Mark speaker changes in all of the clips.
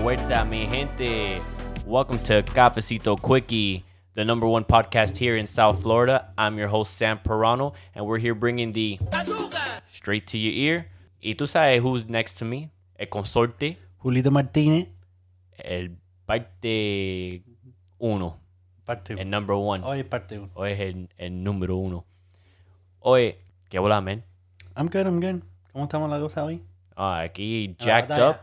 Speaker 1: vuelta, mi gente. Welcome to Cafecito Quickie, the number one podcast here in South Florida. I'm your host, Sam Perano, and we're here bringing the straight to your ear. Y tú sabes who's next to me? El consorte,
Speaker 2: Julito Martínez,
Speaker 1: el parte uno,
Speaker 2: parte
Speaker 1: el
Speaker 2: 1.
Speaker 1: number one.
Speaker 2: Hoy es parte 1.
Speaker 1: Hoy es el, el número uno. Oye, qué bola, man.
Speaker 2: I'm good, I'm good. ¿Cómo estamos la cosa hoy?
Speaker 1: Ah, aquí
Speaker 2: La
Speaker 1: jacked
Speaker 2: batalla.
Speaker 1: up.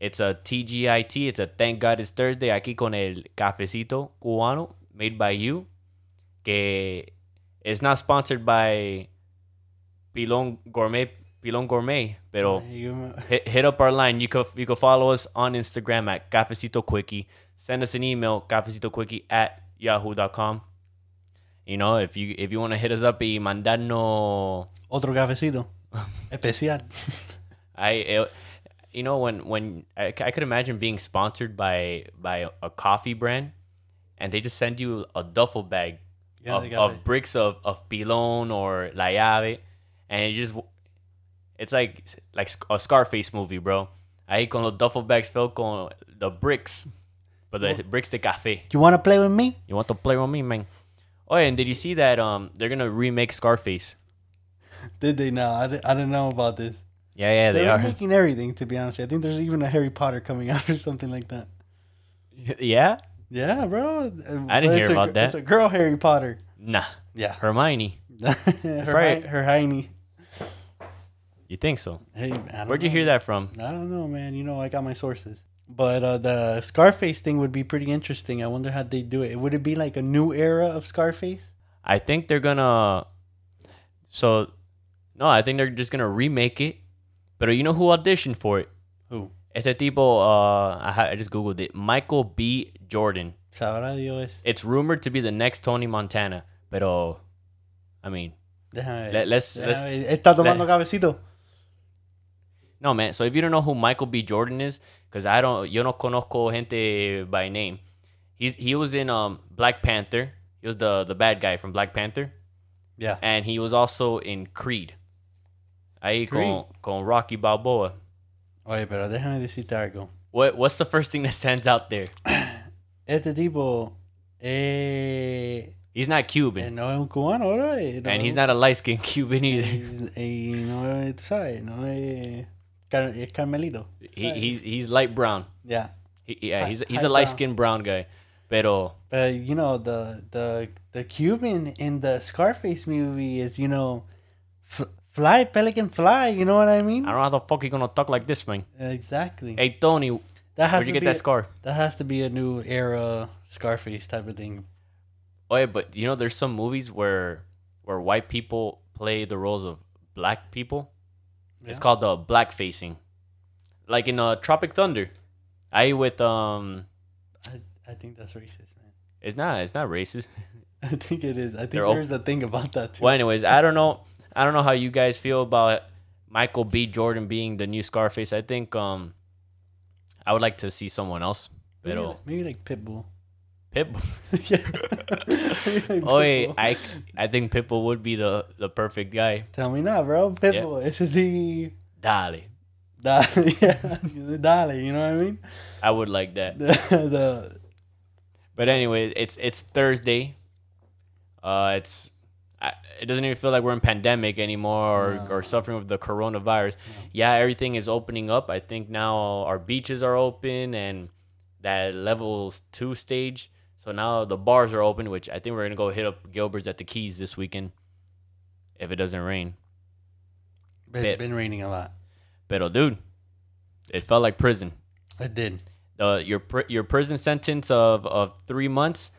Speaker 1: It's a TGIT. It's a Thank God It's Thursday. Aquí con el cafecito cubano made by you. Que it's not sponsored by Pilon Gourmet. Pilon Gourmet. Pero
Speaker 2: Ay, yo me-
Speaker 1: hit, hit up our line. You could you could follow us on Instagram at cafecito quickie. Send us an email cafecito quickie at yahoo.com. You know if you if you want to hit us up y mandarnos
Speaker 2: Otro cafecito especial.
Speaker 1: I, it, you know, when when I, c- I could imagine being sponsored by by a coffee brand, and they just send you a duffel bag
Speaker 2: Yeah,
Speaker 1: of,
Speaker 2: they got
Speaker 1: of
Speaker 2: it.
Speaker 1: bricks of of pilon or la llave, and it just it's like like Sc- a Scarface movie, bro. I con los duffel bags filled con the bricks, but the bricks de café.
Speaker 2: You wanna play with me?
Speaker 1: You want to play with me, man? Oh, and did you see that? Um, they're gonna remake Scarface.
Speaker 2: Did they know? I, di- I didn't know about this.
Speaker 1: Yeah, yeah, they
Speaker 2: They're
Speaker 1: are.
Speaker 2: making everything, to be honest. I think there's even a Harry Potter coming out or something like that.
Speaker 1: yeah,
Speaker 2: Yeah, bro. I
Speaker 1: didn't hear about that.
Speaker 2: It's a girl Harry Potter.
Speaker 1: nah,
Speaker 2: Yeah.
Speaker 1: Hermione.
Speaker 2: her,
Speaker 1: right.
Speaker 2: hi- her hiney.
Speaker 1: You think so?
Speaker 2: Hey, I don't
Speaker 1: Where'd you
Speaker 2: know,
Speaker 1: hear that from?
Speaker 2: I don't know, man. You know, I got my sources. But uh, the Scarface thing would be pretty interesting. I wonder how they do it. Would it be like a new era of Scarface?
Speaker 1: I think they're gonna. So, no, I think they're just gonna remake it. But you know who auditioned for it?
Speaker 2: Who?
Speaker 1: Este tipo, uh, I, ha- I just googled it. Michael B. Jordan.
Speaker 2: Sabrá Dios.
Speaker 1: It's rumored to be the next Tony Montana. Pero, I mean, let,
Speaker 2: Déjame ver.
Speaker 1: let's let's
Speaker 2: Déjame ver. Está tomando cabecito.
Speaker 1: No, man. So if you don't know who Michael B. Jordan is, because I don't, yo no conozco gente by name. He's he was in um Black Panther. He was the the bad guy from Black Panther.
Speaker 2: Yeah.
Speaker 1: And he was also in Creed. Ahí con, con Rocky Balboa.
Speaker 2: Oye, pero déjame decirte algo.
Speaker 1: What what's the first thing that stands out there?
Speaker 2: Este tipo eh,
Speaker 1: He's not
Speaker 2: eh,
Speaker 1: Cuban,
Speaker 2: no es un cubano, bro. eh, no
Speaker 1: and
Speaker 2: es
Speaker 1: he's
Speaker 2: un-
Speaker 1: not a light skinned Cuban either.
Speaker 2: Y, y no es, tú sabes, no es, Car- es Carmelito.
Speaker 1: He, he's he's light brown.
Speaker 2: Yeah.
Speaker 1: He, yeah,
Speaker 2: Hi-
Speaker 1: he's
Speaker 2: hi
Speaker 1: he's a
Speaker 2: brown.
Speaker 1: light skinned brown guy. Pero
Speaker 2: But you know the the the Cuban in the Scarface movie is you know, f- fly pelican fly. You know what I mean?
Speaker 1: I don't know how the fuck he gonna talk like this man.
Speaker 2: Exactly.
Speaker 1: Hey Tony, where'd
Speaker 2: that has
Speaker 1: you
Speaker 2: to
Speaker 1: get
Speaker 2: be
Speaker 1: that
Speaker 2: a-
Speaker 1: scar?
Speaker 2: that has to be a new era Scarface type of thing.
Speaker 1: Oh yeah, but you know, there's some movies where where white people play the roles of black people. It's
Speaker 2: Yeah.
Speaker 1: called the black facing, like in uh, Tropic Thunder. I with um,
Speaker 2: I, I think that's racist, man.
Speaker 1: it's not it's not racist.
Speaker 2: I think it is. I think
Speaker 1: They're all-
Speaker 2: there's a thing about that too.
Speaker 1: Well, anyways, I don't know I don't know how you guys feel about Michael B. Jordan being the new Scarface. I think um, I would like to see someone else.
Speaker 2: maybe,
Speaker 1: Pero
Speaker 2: like, maybe like Pitbull.
Speaker 1: Pitbull.
Speaker 2: yeah. Maybe like
Speaker 1: Oh yeah,
Speaker 2: Pitbull.
Speaker 1: I I think Pitbull would be the the perfect guy.
Speaker 2: Tell me not, bro. Pitbull. It's a Z.
Speaker 1: Dale,
Speaker 2: Da- yeah, Dale, you know what I mean?
Speaker 1: I would like that.
Speaker 2: The, the
Speaker 1: But anyway, it's it's Thursday. Uh, it's I, it doesn't even feel like we're in pandemic anymore or,
Speaker 2: No.
Speaker 1: or suffering with the coronavirus. Yeah, everything is opening up. I think now our beaches are open and that levels two stage. So now the bars are open, which I think we're gonna go hit up Gilbert's at the Keys this weekend if it doesn't rain.
Speaker 2: it's
Speaker 1: Pit.
Speaker 2: been raining a lot.
Speaker 1: But dude, it felt like prison.
Speaker 2: It did.
Speaker 1: uh, your pr- your prison sentence of, of three months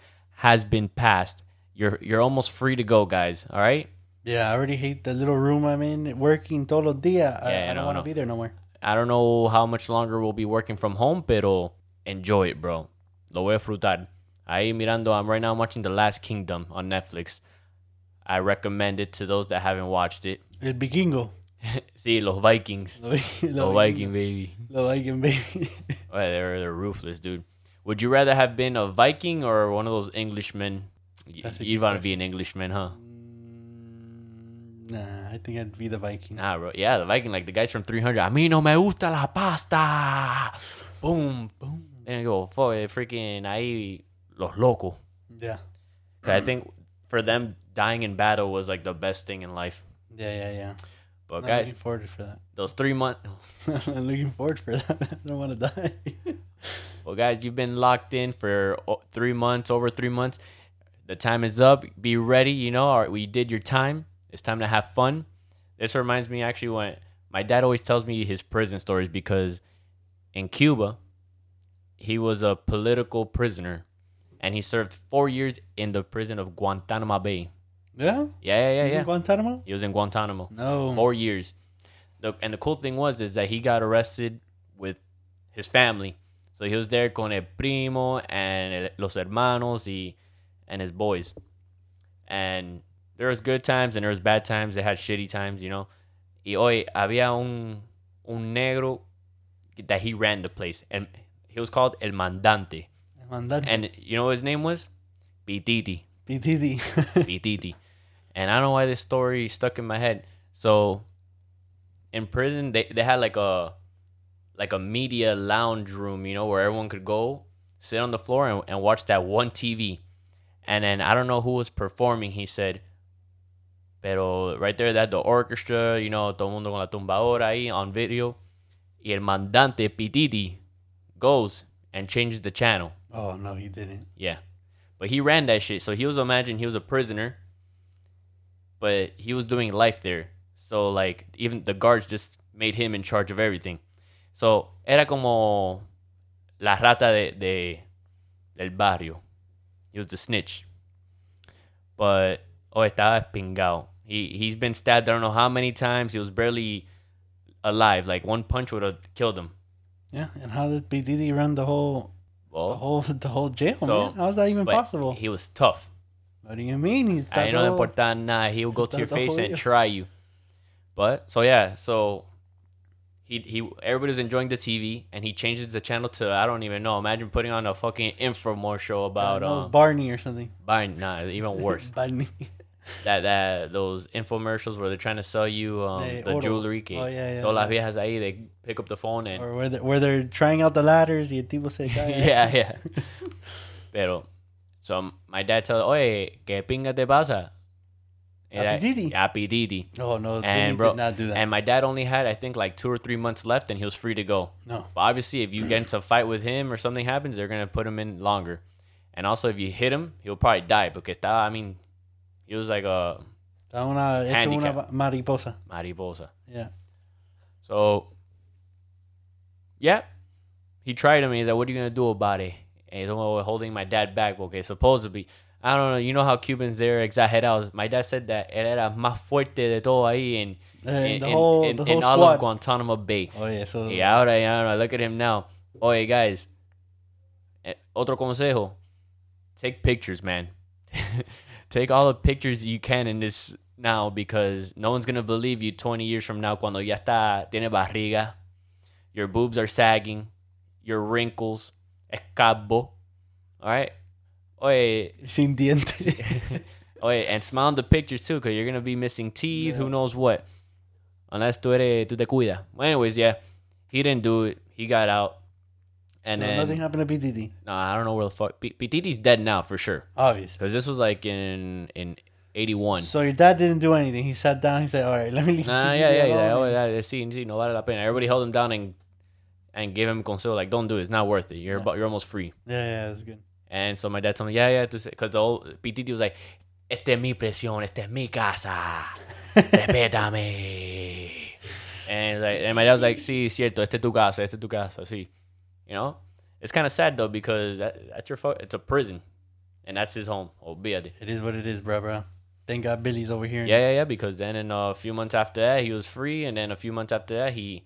Speaker 1: has been passed. You're you're almost free to go, guys. All right.
Speaker 2: Yeah, I already hate the little room I'm in working todo el día. I,
Speaker 1: Yeah, no,
Speaker 2: I don't want to
Speaker 1: no.
Speaker 2: be there no more.
Speaker 1: I don't know how much longer we'll be working from home, pero enjoy it, bro. Lo voy a frutar. Ahí mirando, I'm right now watching The Last Kingdom on Netflix. I recommend it to those that haven't watched it.
Speaker 2: El vikingo.
Speaker 1: See, los Vikings.
Speaker 2: Lo,
Speaker 1: Los
Speaker 2: lo
Speaker 1: Viking, baby.
Speaker 2: Lo Viking, baby.
Speaker 1: Oh, yeah, they're, they're ruthless, dude. Would you rather have been a Viking or one of those Englishmen? Y-
Speaker 2: That's a
Speaker 1: You'd
Speaker 2: good
Speaker 1: want to be an Englishman, huh?
Speaker 2: Mm, nah, I think I'd be the Viking.
Speaker 1: Nah, bro. Yeah, the Viking, like the guys from 300. A mí no me gusta la pasta. Boom, boom. They didn't go fuck it, freaking ahí los locos.
Speaker 2: Yeah.
Speaker 1: So I think for them dying in battle was like the best thing in life.
Speaker 2: Yeah, yeah, yeah.
Speaker 1: But
Speaker 2: I'm
Speaker 1: guys,
Speaker 2: looking forward for that.
Speaker 1: those three months.
Speaker 2: I'm looking forward for that. I don't want to die.
Speaker 1: Well, guys, you've been locked in for o- three months, over three months. The time is up. Be ready. You know, all right, we did your time. It's time to have fun. This reminds me actually when my dad always tells me his prison stories because in Cuba, he was a political prisoner and he served four years in the prison of Guantanamo Bay.
Speaker 2: yeah?
Speaker 1: Yeah, yeah,
Speaker 2: He's
Speaker 1: yeah.
Speaker 2: in
Speaker 1: yeah.
Speaker 2: Guantanamo?
Speaker 1: He was in Guantanamo
Speaker 2: No.
Speaker 1: four years. The, and the cool thing was is that he got arrested with his family. So he was there con el primo and el- los hermanos y, and his boys. And there was good times and there was bad times. They had shitty times, you know. Y hoy había un, un negro that he ran the place. And he was called El Mandante.
Speaker 2: Mandante.
Speaker 1: And you know what his name was? Bititi.
Speaker 2: PTD.
Speaker 1: Bititi. And I don't know why this story stuck in my head. So in prison they, they had like a like a media lounge room, you know, where everyone could go sit on the floor and, and watch that one TV. And then I don't know who was performing. He said, Pero right there that the orchestra, you know, todo mundo con la tumbadora ahí on video. Y el mandante Pititi goes and changes the channel.
Speaker 2: oh, no, he didn't.
Speaker 1: Yeah. But he ran that shit. So he was imagine he was a prisoner, but he was doing life there. So like even the guards just made him in charge of everything. So era como la rata de, de del barrio. He was the snitch. But oh estaba pingao. He he's been stabbed I don't know how many times. He was barely alive. Like one punch would have killed him.
Speaker 2: Yeah, and how did PTD run the whole the
Speaker 1: Well,
Speaker 2: whole the whole jail,
Speaker 1: Oh. So,
Speaker 2: man? How is that even
Speaker 1: but
Speaker 2: possible?
Speaker 1: He was tough.
Speaker 2: what do you mean? He's
Speaker 1: I no le
Speaker 2: todo-
Speaker 1: importa nada. He will go to your
Speaker 2: Tanto
Speaker 1: face and
Speaker 2: jodido.
Speaker 1: try you. But so yeah, so he he everybody's enjoying the TV and he changes the channel to I don't even know. Imagine putting on a fucking infomercial
Speaker 2: I
Speaker 1: about
Speaker 2: don't know, it was
Speaker 1: um,
Speaker 2: Barney or something.
Speaker 1: buying nah even worse
Speaker 2: Barney.
Speaker 1: that that those infomercials where they're trying to sell you um,
Speaker 2: They
Speaker 1: the
Speaker 2: order-
Speaker 1: jewelry. Que
Speaker 2: Oh, yeah, yeah,
Speaker 1: todas las
Speaker 2: yeah.
Speaker 1: viejas ahí they pick up the phone and
Speaker 2: or where they're, where they're trying out the ladders, y el tipo se cae.
Speaker 1: yeah, yeah. Pero, so my dad tells, oye, que pinga te pasa? And I-
Speaker 2: Apetiti.
Speaker 1: Apetiti.
Speaker 2: Oh no,
Speaker 1: And
Speaker 2: they
Speaker 1: bro-
Speaker 2: did not do that.
Speaker 1: And my dad only had, I think, like two or three months left, and he was free to go.
Speaker 2: no.
Speaker 1: But obviously, if you get into a fight with him or something happens, they're gonna put him in longer. And also, if you hit him, he'll probably die because that, I mean, he was like a
Speaker 2: Está una, hecho una
Speaker 1: Handicap.
Speaker 2: ma- mariposa.
Speaker 1: mariposa.
Speaker 2: Yeah.
Speaker 1: So, yeah, he tried him. He's like, "What are you gonna do about it?" And he's like, "Well, we're holding my dad back." Okay, supposedly, I don't know. You know how Cubans they're exagerados. My dad said that él era más fuerte de todo ahí in
Speaker 2: And
Speaker 1: in,
Speaker 2: Eh, the
Speaker 1: in-
Speaker 2: whole
Speaker 1: in-
Speaker 2: the
Speaker 1: in
Speaker 2: whole
Speaker 1: all of
Speaker 2: squad.
Speaker 1: Guantanamo Bay.
Speaker 2: oh yeah, so
Speaker 1: Y ahora, y ahora, look at him now. Oye, guys. eh, Otro consejo. Take pictures, man. Take all the pictures you can in this now because no one's going to believe you 20 years from now cuando ya está, tiene barriga. Your boobs are sagging. Your wrinkles. Es cabo. All right? Oye,
Speaker 2: sin dientes.
Speaker 1: Oye, and smile in the pictures too, because you're gonna be missing teeth. Who
Speaker 2: Yeah.
Speaker 1: knows what? Unless tú eres, tú te cuida. Well, anyways, yeah, he didn't do it. He got out, and
Speaker 2: so
Speaker 1: then
Speaker 2: nothing happened to PTD.
Speaker 1: no, I don't know where the fuck. P- Pititi's dead now for sure,
Speaker 2: Obviously.
Speaker 1: because this was like in in eighty one.
Speaker 2: So your dad didn't do anything. He sat down. He said, "All right, let me leave."
Speaker 1: Nah,
Speaker 2: PTD
Speaker 1: yeah, yeah, yeah. Oh,
Speaker 2: alone."
Speaker 1: yeah, sí, sí, no vale la pena. Everybody held him down and and gave him consejo like, don't do it. It's not worth it. You're about, you're almost free.
Speaker 2: yeah, yeah, that's good.
Speaker 1: And so my dad told me, yeah, yeah, because the old Pititi was like, este es mi presión, este es mi casa, respétame. and, like, and my dad was like, sí, cierto, este es tu casa, este es tu casa, sí. You know? It's kind of sad though because that, that's your fu- it's a prison. And that's his home, albeit.
Speaker 2: It is what it is, bro, bro. Thank God Billy's over here.
Speaker 1: Yeah, yeah, yeah, because then in a few months after that, he was free. And then a few months after that, he,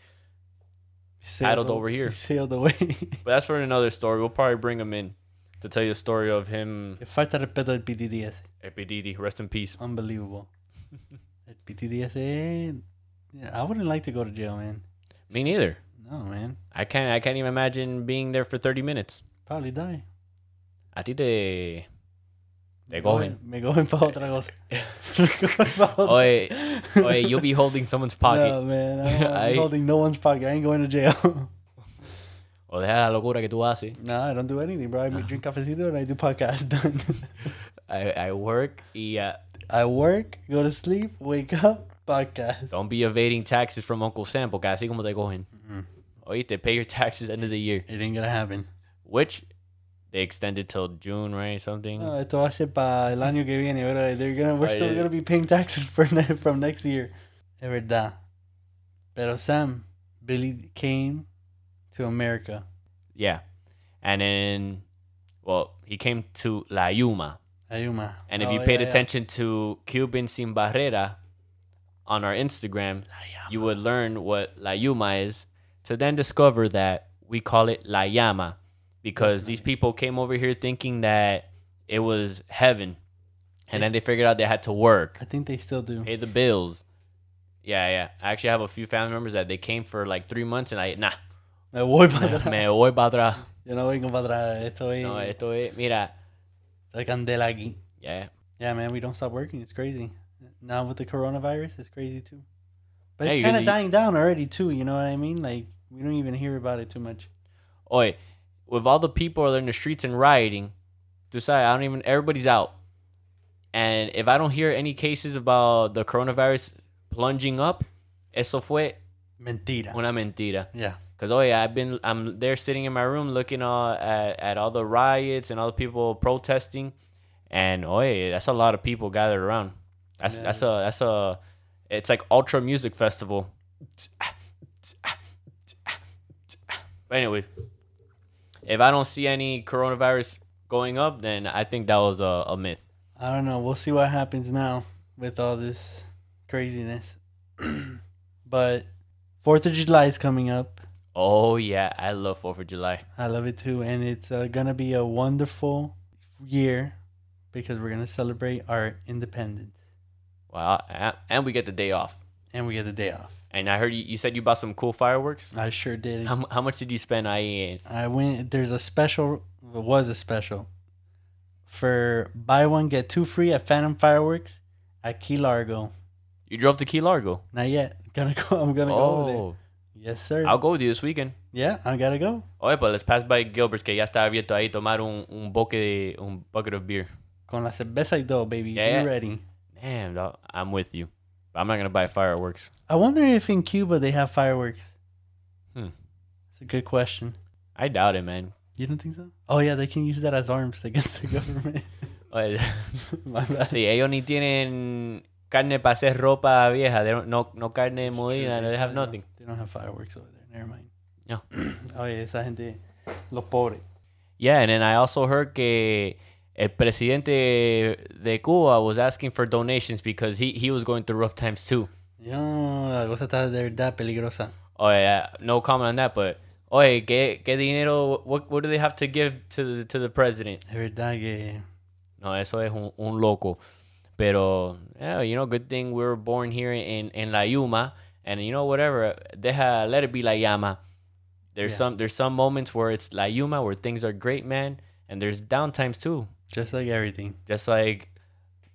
Speaker 2: He sailed
Speaker 1: paddled
Speaker 2: aw-
Speaker 1: over here.
Speaker 2: He sailed away.
Speaker 1: but that's for another story. We'll probably bring him in to tell you a story of him,
Speaker 2: Que Falta respeto del PTDS.
Speaker 1: Epididi, rest in peace.
Speaker 2: Unbelievable. El PTDS. Yeah, eh, I wouldn't like to go to jail, man.
Speaker 1: Me neither.
Speaker 2: No, man.
Speaker 1: I can't. I can't even imagine being there for thirty minutes.
Speaker 2: Probably die.
Speaker 1: A ti te,
Speaker 2: Me
Speaker 1: te cogen.
Speaker 2: Me cogen para otra cosa. Me cogen pa' otra-
Speaker 1: Oye, oye, you'll be holding someone's pocket.
Speaker 2: No, man. I don't wanna be
Speaker 1: I-
Speaker 2: holding no one's pocket. I ain't going to jail.
Speaker 1: O deja la locura que tú haces.
Speaker 2: No, I don't do anything, bro. I drink cafecito and I do podcast. Done.
Speaker 1: I, I work y uh,
Speaker 2: I work, go to sleep, wake up, podcast.
Speaker 1: don't be evading taxes from Uncle Sam porque así como te cogen.
Speaker 2: Mm-hmm.
Speaker 1: Oíste, pay your taxes end of the year.
Speaker 2: It ain't gonna happen.
Speaker 1: Which they extended till June, right? Something.
Speaker 2: No, esto va a ser para el año que viene, bro. They're gonna, we're
Speaker 1: Ay,
Speaker 2: still
Speaker 1: ay.
Speaker 2: gonna be paying taxes for ne- from next year. Es verdad. Pero Sam, Billy came to America.
Speaker 1: Yeah. And then, well, he came to La Yuma.
Speaker 2: Ayuma.
Speaker 1: And if
Speaker 2: Oh,
Speaker 1: you
Speaker 2: yeah,
Speaker 1: paid
Speaker 2: yeah.
Speaker 1: attention to Cuban Sin Barrera on our Instagram, you would learn what La Yuma is to then discover that we call it La Llama because these people came over here thinking that it was heaven. And then they figured out they had to work,
Speaker 2: I think they still do.
Speaker 1: pay the bills. Yeah, yeah. I actually have a few family members that they came for like three months and I, nah,
Speaker 2: Me voy para atrás.
Speaker 1: me voy para atrás.
Speaker 2: Yo no vengo para atrás. Esto es
Speaker 1: No, eh. esto es, mira,
Speaker 2: la candela aquí.
Speaker 1: yeah.
Speaker 2: Yeah, man, we don't stop working. It's crazy. Now with the coronavirus, it's crazy too. But
Speaker 1: Hey,
Speaker 2: it's
Speaker 1: you-
Speaker 2: kind of
Speaker 1: you-
Speaker 2: dying down already too. You know what I mean? Like we don't even hear about it too much.
Speaker 1: Oi, with all the people that are in the streets and rioting, to say I don't even everybody's out. And if I don't hear any cases about the coronavirus plunging up, eso fue
Speaker 2: Mentira.
Speaker 1: una mentira.
Speaker 2: Yeah.
Speaker 1: Cause oh yeah, I've been I'm there sitting in my room looking all at, at all the riots and all the people protesting, and oh yeah, that's a lot of people gathered around. That's that's a that's a it's like ultra music festival. But anyways, if I don't see any coronavirus going up, then I think that was a, a myth.
Speaker 2: I don't know. We'll see what happens now with all this craziness. but Fourth of July is coming up.
Speaker 1: Oh yeah, I love Fourth of July.
Speaker 2: I love it too, and it's uh, gonna be a wonderful year because we're gonna celebrate our independence
Speaker 1: Wow, a- and we get the day off.
Speaker 2: and we get the day off.
Speaker 1: And I heard you, you said you bought some cool fireworks.
Speaker 2: I sure did.
Speaker 1: How, mu- how much did you spend? I E
Speaker 2: I went. There's a special. It was a special for buy one get two free at Phantom Fireworks at Key Largo.
Speaker 1: you drove to Key Largo.
Speaker 2: Not yet. Gonna go. I'm gonna go over there.
Speaker 1: Oh,
Speaker 2: Yes, sir.
Speaker 1: I'll go with you this weekend.
Speaker 2: yeah, I gotta go.
Speaker 1: Oye, but let's pass by Gilbert's que ya está abierto ahí tomar un un bucket un bucket of beer.
Speaker 2: Con la cerveza y todo, baby.
Speaker 1: Yeah, yeah.
Speaker 2: Be ready.
Speaker 1: Damn, dog, I'm with you. But I'm not gonna buy fireworks.
Speaker 2: I wonder if in Cuba they have fireworks.
Speaker 1: Hmm.
Speaker 2: It's a good question.
Speaker 1: I doubt it, man.
Speaker 2: You don't think so? Oh yeah, they can use that as arms against the government.
Speaker 1: Oye,
Speaker 2: My bad.
Speaker 1: sí, ellos ni tienen carne para hacer ropa vieja. They don't, no, no carne molida.
Speaker 2: Sure,
Speaker 1: They have
Speaker 2: don't-
Speaker 1: nothing.
Speaker 2: They don't have fireworks over there. Never mind.
Speaker 1: No.
Speaker 2: oh yeah, esa gente los pobres.
Speaker 1: Yeah, and then I also heard que el presidente de Cuba was asking for donations because he he was going through rough times too.
Speaker 2: Yo, la cosa está de verdad peligrosa.
Speaker 1: Oh yeah, no comment on that. But oh hey, get get dinero. What what do they have to give to the to the president?
Speaker 2: Es verdad que.
Speaker 1: No, eso es un, un loco. Pero yeah, you know, good thing we were born here in in La Yuma, and you know whatever, deja let it be La Yama. There's
Speaker 2: Yeah.
Speaker 1: some there's some moments where it's La Yuma where things are great, man, and there's downtimes too.
Speaker 2: Just like everything.
Speaker 1: Just like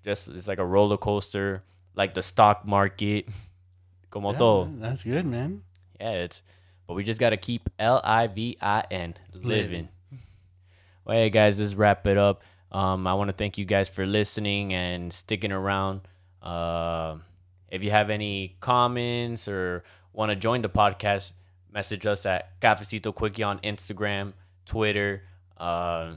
Speaker 1: just it's like a roller coaster, like the stock market, como
Speaker 2: Yeah,
Speaker 1: todo.
Speaker 2: man, that's good, man.
Speaker 1: Yeah, it's but we just gotta keep L I V I N living.
Speaker 2: Living.
Speaker 1: Well, hey guys, let's wrap it up. Um, I want to thank you guys for listening and sticking around. Uh, if you have any comments or want to join the podcast, message us at Cafecito Quickie on Instagram, Twitter, uh,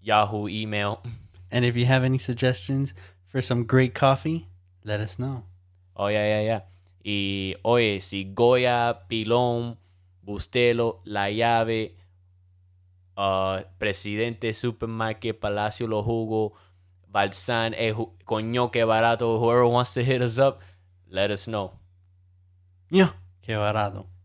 Speaker 1: Yahoo email.
Speaker 2: And if you have any suggestions for some great coffee, let us know.
Speaker 1: Oh, yeah, yeah, yeah. Y oye, si Goya, Pilón, Bustelo, La Llave, uh, Presidente Supermarket, Palacio Los Jugos, Balsan, eh, ju- Coño, que barato, whoever wants to hit us up, let us know.
Speaker 2: Yeah. Que barato.